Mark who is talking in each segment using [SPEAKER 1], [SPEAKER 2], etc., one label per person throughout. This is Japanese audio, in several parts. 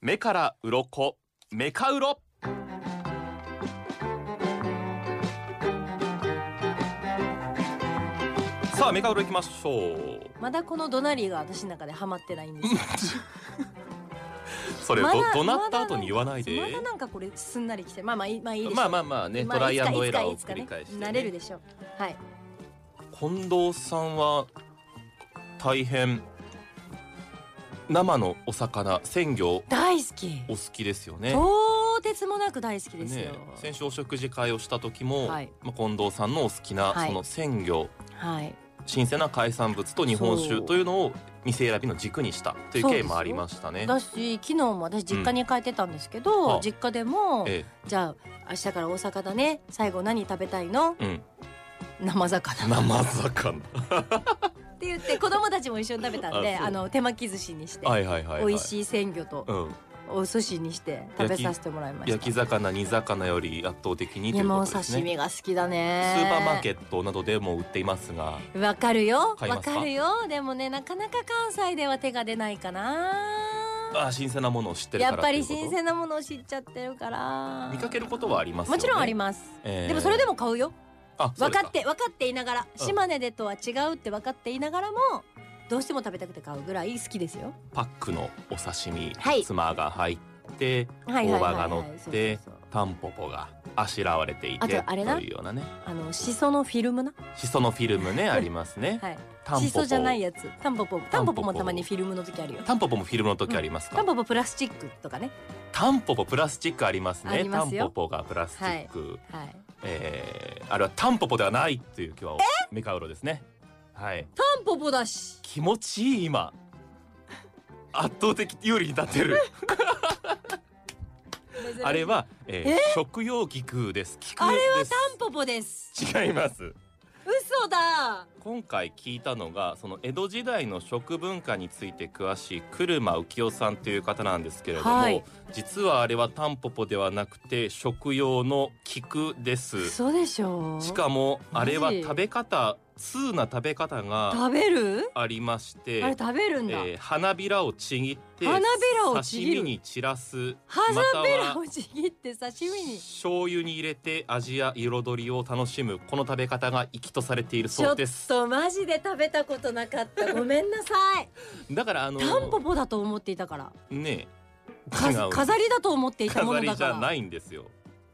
[SPEAKER 1] 目から鱗メカウロさあメカウロいきましょう
[SPEAKER 2] まだこのドナリーが私の中でハマってないんですよ
[SPEAKER 1] それど
[SPEAKER 2] まだ
[SPEAKER 1] 怒鳴った後に言わないで
[SPEAKER 2] まだなんかこれすんなりきてまあまあいいまあいいでしょう
[SPEAKER 1] まあまあまあね
[SPEAKER 2] まあ
[SPEAKER 1] トライアンドエラーを
[SPEAKER 2] いつか
[SPEAKER 1] 繰り返して
[SPEAKER 2] いつかね慣れるでしょうはい
[SPEAKER 1] 近藤さんは大変生のお魚鮮魚
[SPEAKER 2] 大好き
[SPEAKER 1] お好きですよね。
[SPEAKER 2] とてつもなく大好きですよ
[SPEAKER 1] ね、先週お食事会をした時も、
[SPEAKER 2] はい
[SPEAKER 1] まあ、近藤さんのお好きな、
[SPEAKER 2] はい
[SPEAKER 1] その鮮魚
[SPEAKER 2] はい
[SPEAKER 1] 新鮮な海産物と日本
[SPEAKER 2] そ
[SPEAKER 1] 酒
[SPEAKER 2] う
[SPEAKER 1] というのを店選びの軸にしたという
[SPEAKER 2] そう
[SPEAKER 1] 経緯
[SPEAKER 2] ですよ
[SPEAKER 1] もありましたね。
[SPEAKER 2] だし昨日も私実家に帰ってたんですけど、
[SPEAKER 1] あ
[SPEAKER 2] 実家でも
[SPEAKER 1] え
[SPEAKER 2] じゃあ明日から大阪だね最後何食べたいの
[SPEAKER 1] え、うん、
[SPEAKER 2] 生魚
[SPEAKER 1] 生魚。
[SPEAKER 2] って言って子供たちも一緒に食べたんで
[SPEAKER 1] あ
[SPEAKER 2] あ
[SPEAKER 1] そう
[SPEAKER 2] の手巻き寿司にし て、
[SPEAKER 1] はいはいはい、はい。
[SPEAKER 2] 美味しい鮮魚と
[SPEAKER 1] うん、
[SPEAKER 2] お寿司にして食べさせてもらいました
[SPEAKER 1] 焼き魚煮魚より圧倒的にという
[SPEAKER 2] 山
[SPEAKER 1] こ
[SPEAKER 2] お
[SPEAKER 1] とです
[SPEAKER 2] 刺
[SPEAKER 1] ね。
[SPEAKER 2] 身が好きだね
[SPEAKER 1] スーパーマーケットなどでも売っていますが、
[SPEAKER 2] わかるよ
[SPEAKER 1] 買い
[SPEAKER 2] わ
[SPEAKER 1] ますか
[SPEAKER 2] かるよでもねなかなか関西では手が出ないかな
[SPEAKER 1] あ新鮮なものを知ってるか
[SPEAKER 2] や
[SPEAKER 1] ら
[SPEAKER 2] っぱり
[SPEAKER 1] ということ
[SPEAKER 2] 新鮮なものを知っちゃってるから
[SPEAKER 1] 見かけることはありますよね。
[SPEAKER 2] もちろんあります、
[SPEAKER 1] ええ
[SPEAKER 2] でもそれでも買うよ
[SPEAKER 1] あそう
[SPEAKER 2] 分
[SPEAKER 1] です
[SPEAKER 2] かって分かっていながら
[SPEAKER 1] うん
[SPEAKER 2] 島根でとは違うって分かっていながらもどうしても食べたくて買うぐらい好きですよ
[SPEAKER 1] パックのお刺身、
[SPEAKER 2] はい
[SPEAKER 1] ツマが入って
[SPEAKER 2] はい
[SPEAKER 1] 大葉が乗っ
[SPEAKER 2] そう
[SPEAKER 1] て
[SPEAKER 2] そうそう
[SPEAKER 1] タンポポがあしらわれていて
[SPEAKER 2] あとあれな
[SPEAKER 1] というようなね
[SPEAKER 2] あのシソのフィルムな
[SPEAKER 1] シソのフィルムねありますね
[SPEAKER 2] はい
[SPEAKER 1] タン
[SPEAKER 2] シ
[SPEAKER 1] ポ
[SPEAKER 2] ソ
[SPEAKER 1] ポ
[SPEAKER 2] じゃないやつタンポポタンポポもたまにフィルムの時あるよ
[SPEAKER 1] タンポポもフィルムの時あります
[SPEAKER 2] タン
[SPEAKER 1] か
[SPEAKER 2] ポポプラスチックとかね
[SPEAKER 1] タンポポプラスチックあります
[SPEAKER 2] あ
[SPEAKER 1] ね
[SPEAKER 2] り
[SPEAKER 1] タ
[SPEAKER 2] ま
[SPEAKER 1] ン
[SPEAKER 2] すよ
[SPEAKER 1] ポポがプラスチック
[SPEAKER 2] はい
[SPEAKER 1] えーあれはタンポポではないっていう今日はメカウロですねはい
[SPEAKER 2] タンポポだし
[SPEAKER 1] 気持ちいい今圧倒的有利に立ってるあれは、えー食用菊です菊
[SPEAKER 2] あれ
[SPEAKER 1] です
[SPEAKER 2] タンポポです
[SPEAKER 1] 違います
[SPEAKER 2] 嘘だ
[SPEAKER 1] 今回聞いたのがその江戸時代の食文化について詳しい車浮世さんという方なんですけれども、
[SPEAKER 2] はい
[SPEAKER 1] 実はあれはタンポポではなくて食用の菊です
[SPEAKER 2] 嘘でしょ
[SPEAKER 1] しかもあれは
[SPEAKER 2] マジ
[SPEAKER 1] 食べ方通な食べ方が
[SPEAKER 2] 食べる
[SPEAKER 1] ありまし
[SPEAKER 2] あれ
[SPEAKER 1] て、
[SPEAKER 2] 食べるんだ
[SPEAKER 1] えー花びらをちぎって
[SPEAKER 2] 花びらをちぎる
[SPEAKER 1] 刺身に散らす
[SPEAKER 2] 花びら
[SPEAKER 1] ま
[SPEAKER 2] をちぎって刺身に
[SPEAKER 1] 醤油に入れて味や彩りを楽しむこの食べ方が粋とされている
[SPEAKER 2] ちょ
[SPEAKER 1] そう
[SPEAKER 2] っ
[SPEAKER 1] です
[SPEAKER 2] とマジで食べたことなか ったごめんなさい
[SPEAKER 1] だからあの
[SPEAKER 2] タンポポだと思っていたから
[SPEAKER 1] ね
[SPEAKER 2] か
[SPEAKER 1] 違う
[SPEAKER 2] 飾りだと思っていたも
[SPEAKER 1] 飾
[SPEAKER 2] の
[SPEAKER 1] り
[SPEAKER 2] だ
[SPEAKER 1] じ
[SPEAKER 2] か
[SPEAKER 1] ゃ
[SPEAKER 2] ら
[SPEAKER 1] ないんですよ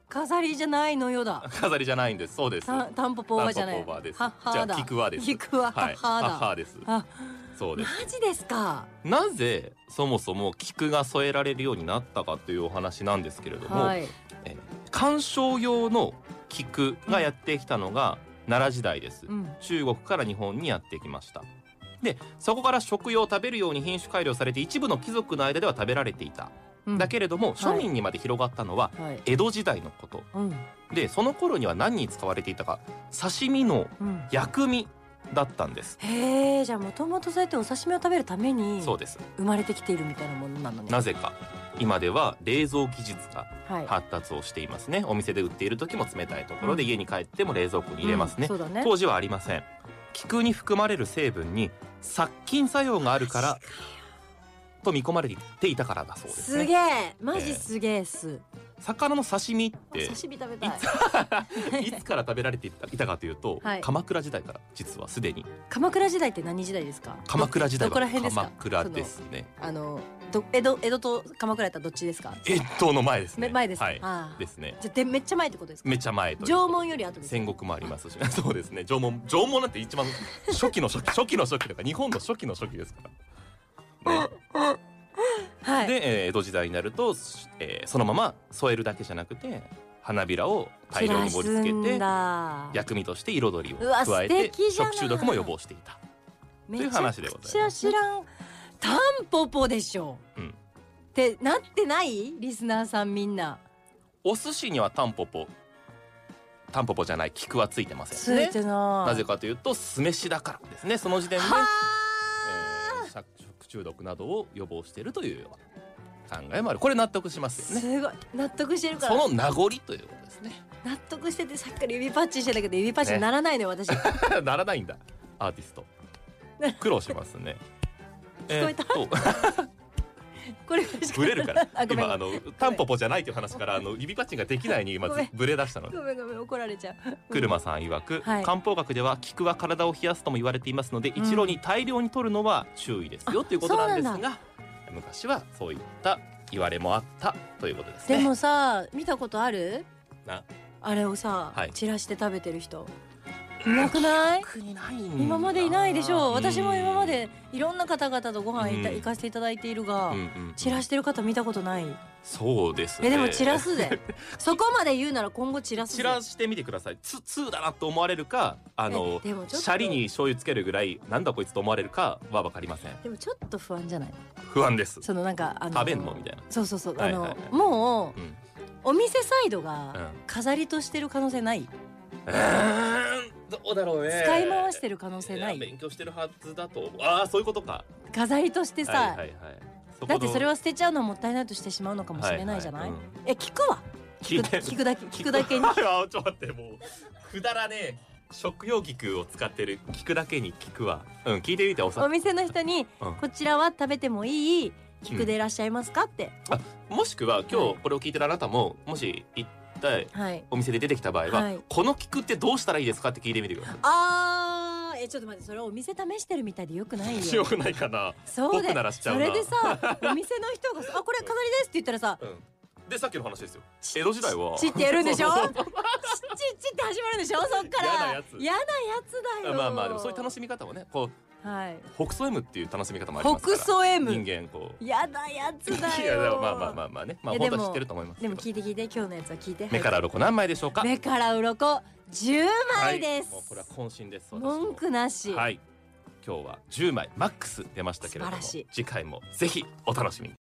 [SPEAKER 2] 飾りじゃないのよだ
[SPEAKER 1] 飾りじゃないんですそうです
[SPEAKER 2] タンタンポポはじゃない
[SPEAKER 1] タンポポはです
[SPEAKER 2] はは
[SPEAKER 1] じゃあ
[SPEAKER 2] だ
[SPEAKER 1] 菊はです
[SPEAKER 2] 菊は
[SPEAKER 1] はい
[SPEAKER 2] はだ、
[SPEAKER 1] 母です
[SPEAKER 2] あ
[SPEAKER 1] そう
[SPEAKER 2] マ
[SPEAKER 1] です
[SPEAKER 2] ジですか
[SPEAKER 1] なぜそもそも菊が添えられるようになったかというお話なんですけれども、
[SPEAKER 2] はい
[SPEAKER 1] えー観賞用の菊がやってきたのが奈良時代です、
[SPEAKER 2] うん
[SPEAKER 1] 中国から日本にやってきましたでそこから食用を食べるように品種改良されて一部の貴族の間では食べられていた、
[SPEAKER 2] うん
[SPEAKER 1] だけれども庶民にまで広がったのは
[SPEAKER 2] はい
[SPEAKER 1] 江戸時代のこと
[SPEAKER 2] うん
[SPEAKER 1] でその頃には何に使われていたか刺身の
[SPEAKER 2] うん
[SPEAKER 1] 薬味だったんです、
[SPEAKER 2] へえじゃあもともとそうやってお刺身を食べるために
[SPEAKER 1] そうです
[SPEAKER 2] 生まれてきているみたいなものなのね
[SPEAKER 1] なぜか今では冷蔵技術が
[SPEAKER 2] はい
[SPEAKER 1] 発達をしていますねお店で売っている時も冷たいところで
[SPEAKER 2] うん
[SPEAKER 1] 家に帰っても冷蔵庫に入れますね、
[SPEAKER 2] うんそうだね
[SPEAKER 1] 当時はありません菊に含まれる成分に殺菌作用があるからと見込まれていたからだそうです
[SPEAKER 2] す
[SPEAKER 1] ね
[SPEAKER 2] げえマジすげえっす、
[SPEAKER 1] 魚の刺身っ
[SPEAKER 2] お
[SPEAKER 1] て
[SPEAKER 2] 刺身食べたい
[SPEAKER 1] いつから食べられていたいたかというと、
[SPEAKER 2] はい
[SPEAKER 1] 鎌倉時代から実はすでに
[SPEAKER 2] 鎌倉時代って何時代ですか
[SPEAKER 1] 鎌倉時代
[SPEAKER 2] どこら
[SPEAKER 1] は
[SPEAKER 2] 辺ですか
[SPEAKER 1] 鎌倉ですね
[SPEAKER 2] そのあのど江戸江戸と鎌倉やったらどっちですか
[SPEAKER 1] えっとの前ですね
[SPEAKER 2] め前ですか、
[SPEAKER 1] はい
[SPEAKER 2] ああ
[SPEAKER 1] ですね
[SPEAKER 2] じゃあでめっちゃ前ってことですか
[SPEAKER 1] めちゃ前という
[SPEAKER 2] 縄文より後です
[SPEAKER 1] 戦国もありますし そうですね縄文縄文なんて一番初期の 初期初期の初期だから日本の初期の初期ですから、ね
[SPEAKER 2] はい
[SPEAKER 1] で、えー江戸時代になると、えーそのまま添えるだけじゃなくて花びらを大量に盛り付け
[SPEAKER 2] 散
[SPEAKER 1] て
[SPEAKER 2] らすんだ
[SPEAKER 1] 薬味として彩りを
[SPEAKER 2] うわ
[SPEAKER 1] 加え
[SPEAKER 2] 素
[SPEAKER 1] て
[SPEAKER 2] 敵じゃない
[SPEAKER 1] 食中毒も予防していた
[SPEAKER 2] め
[SPEAKER 1] という話でございます
[SPEAKER 2] ちゃくちゃ知らんタンポポでしょ、
[SPEAKER 1] うん
[SPEAKER 2] ってなってないリスナーさんみんな
[SPEAKER 1] お寿司にはタンポポタンポポじゃない菊はついてませ
[SPEAKER 2] つ
[SPEAKER 1] んね
[SPEAKER 2] いてない
[SPEAKER 1] なぜかというと酢飯だからですねその時点で、
[SPEAKER 2] は
[SPEAKER 1] えー食食中毒などを予防しているというような考えもあるこれ納得しますよね
[SPEAKER 2] すごい納得してるか
[SPEAKER 1] その
[SPEAKER 2] ら
[SPEAKER 1] 名残ということですね
[SPEAKER 2] 納得しててさっきから指パッチンしてたけど指パッチンならないのよ、私聞
[SPEAKER 1] ならないんだア ーティスト苦労しますね
[SPEAKER 2] 聞こえた
[SPEAKER 1] えーっと
[SPEAKER 2] これが欲し か
[SPEAKER 1] ブ
[SPEAKER 2] っ
[SPEAKER 1] レるから
[SPEAKER 2] た あごめん
[SPEAKER 1] 今あのタンポポじゃないという話から あの指パッチンができないに今
[SPEAKER 2] ごめん
[SPEAKER 1] ブレ出したの
[SPEAKER 2] ごめんごめん怒られちゃう
[SPEAKER 1] 車さん曰く、
[SPEAKER 2] はい
[SPEAKER 1] 漢方学では菊は体を冷やすとも言われていますので、一郎に大量に取るのは注意ですよということなんです
[SPEAKER 2] そう
[SPEAKER 1] が昔はそういった言われもあったということです
[SPEAKER 2] で
[SPEAKER 1] ね
[SPEAKER 2] もさ見たことある
[SPEAKER 1] な
[SPEAKER 2] あれをさ、
[SPEAKER 1] はい
[SPEAKER 2] 散らして食べてる人いなくない
[SPEAKER 1] 国ないんだ
[SPEAKER 2] 今までいないでしょう私も今ま
[SPEAKER 1] うん
[SPEAKER 2] でいろんな方々とご飯行った
[SPEAKER 1] うん
[SPEAKER 2] 行かせていただいているが、
[SPEAKER 1] うんうん
[SPEAKER 2] 散らしてる方見たことない
[SPEAKER 1] そうですね
[SPEAKER 2] えでも散ら すぜそこまで言うなら今後散らす
[SPEAKER 1] 散
[SPEAKER 2] ぜ
[SPEAKER 1] らしてみてくださいつ通だなと思われるかあの
[SPEAKER 2] えでもちょっと
[SPEAKER 1] シャリに醤油つけるぐらいなんだこいつと思われるかはわかりません
[SPEAKER 2] でもちょっと不安じゃない
[SPEAKER 1] 不安です
[SPEAKER 2] そのなんかあの
[SPEAKER 1] 食べんのみたいな
[SPEAKER 2] そうそうそう、
[SPEAKER 1] はいはいはい
[SPEAKER 2] あのもう、
[SPEAKER 1] うん
[SPEAKER 2] お店サイド
[SPEAKER 1] うん
[SPEAKER 2] が飾りとしてる可能性ない、
[SPEAKER 1] うーんどうだろうね
[SPEAKER 2] 使い回してる可能性な
[SPEAKER 1] や
[SPEAKER 2] い
[SPEAKER 1] 勉強してるはずだとああそういうことか
[SPEAKER 2] 飾りとしてさ、
[SPEAKER 1] はいはいはいこの
[SPEAKER 2] だってそれは捨てちゃうのはもったいないとしてしまうのかもしれないじゃない、
[SPEAKER 1] ははうん
[SPEAKER 2] え聞くわ
[SPEAKER 1] 聞いて
[SPEAKER 2] 聞くだけ聞くだけに
[SPEAKER 1] あちょっと待ってもうくだらねえ食用菊を使ってる聞くだけに聞くわうん聞いてみてお
[SPEAKER 2] お
[SPEAKER 1] さ
[SPEAKER 2] 店の人に、
[SPEAKER 1] うん
[SPEAKER 2] こちらは食べてもいい菊でいらっしゃいますかって、
[SPEAKER 1] もしくは
[SPEAKER 2] は
[SPEAKER 1] 今
[SPEAKER 2] い
[SPEAKER 1] 日これを聞いてるあなたももし一体
[SPEAKER 2] はい
[SPEAKER 1] お店で出てきた場合は、
[SPEAKER 2] はい
[SPEAKER 1] この菊ってどうしたらいいですかって聞いてみてくださ
[SPEAKER 2] あーえちょっと待ってそれお店試してるみたいでよくない
[SPEAKER 1] い。
[SPEAKER 2] よ
[SPEAKER 1] 強くないかな。
[SPEAKER 2] そうで
[SPEAKER 1] 僕ならしちゃ
[SPEAKER 2] そう
[SPEAKER 1] な
[SPEAKER 2] れでさお店の人がさ「あこれ飾りです」って言ったらさ
[SPEAKER 1] うん、でさっきの話ですよ。 江戸時代は
[SPEAKER 2] 「ち」ってやるん でしょ「ち
[SPEAKER 1] そ
[SPEAKER 2] っち」ちって始まるんでしょそっから
[SPEAKER 1] 嫌なやつ
[SPEAKER 2] 嫌なやつだよ
[SPEAKER 1] まあまあでもそういう楽しみ方もね、こ
[SPEAKER 2] みはい
[SPEAKER 1] う北総 M っていう楽しみ方もありますから。
[SPEAKER 2] 北総
[SPEAKER 1] 人
[SPEAKER 2] M
[SPEAKER 1] 間こう。
[SPEAKER 2] 嫌なやつだ
[SPEAKER 1] いや
[SPEAKER 2] よ
[SPEAKER 1] でもまあまあまあまあね、まあ
[SPEAKER 2] いや
[SPEAKER 1] 本
[SPEAKER 2] で
[SPEAKER 1] 当
[SPEAKER 2] も
[SPEAKER 1] は知ってると思いますけ
[SPEAKER 2] で
[SPEAKER 1] ど
[SPEAKER 2] も。聞いて聞いて今日のやつは聞いて
[SPEAKER 1] 目から鱗何枚でしょうか。
[SPEAKER 2] 目から鱗10枚です、
[SPEAKER 1] はい、もうこれは渾身です。私も
[SPEAKER 2] 文句なし、
[SPEAKER 1] はい。今日は10枚マックス出ましたけれども、
[SPEAKER 2] 素晴らしい
[SPEAKER 1] 次回もぜひお楽しみに。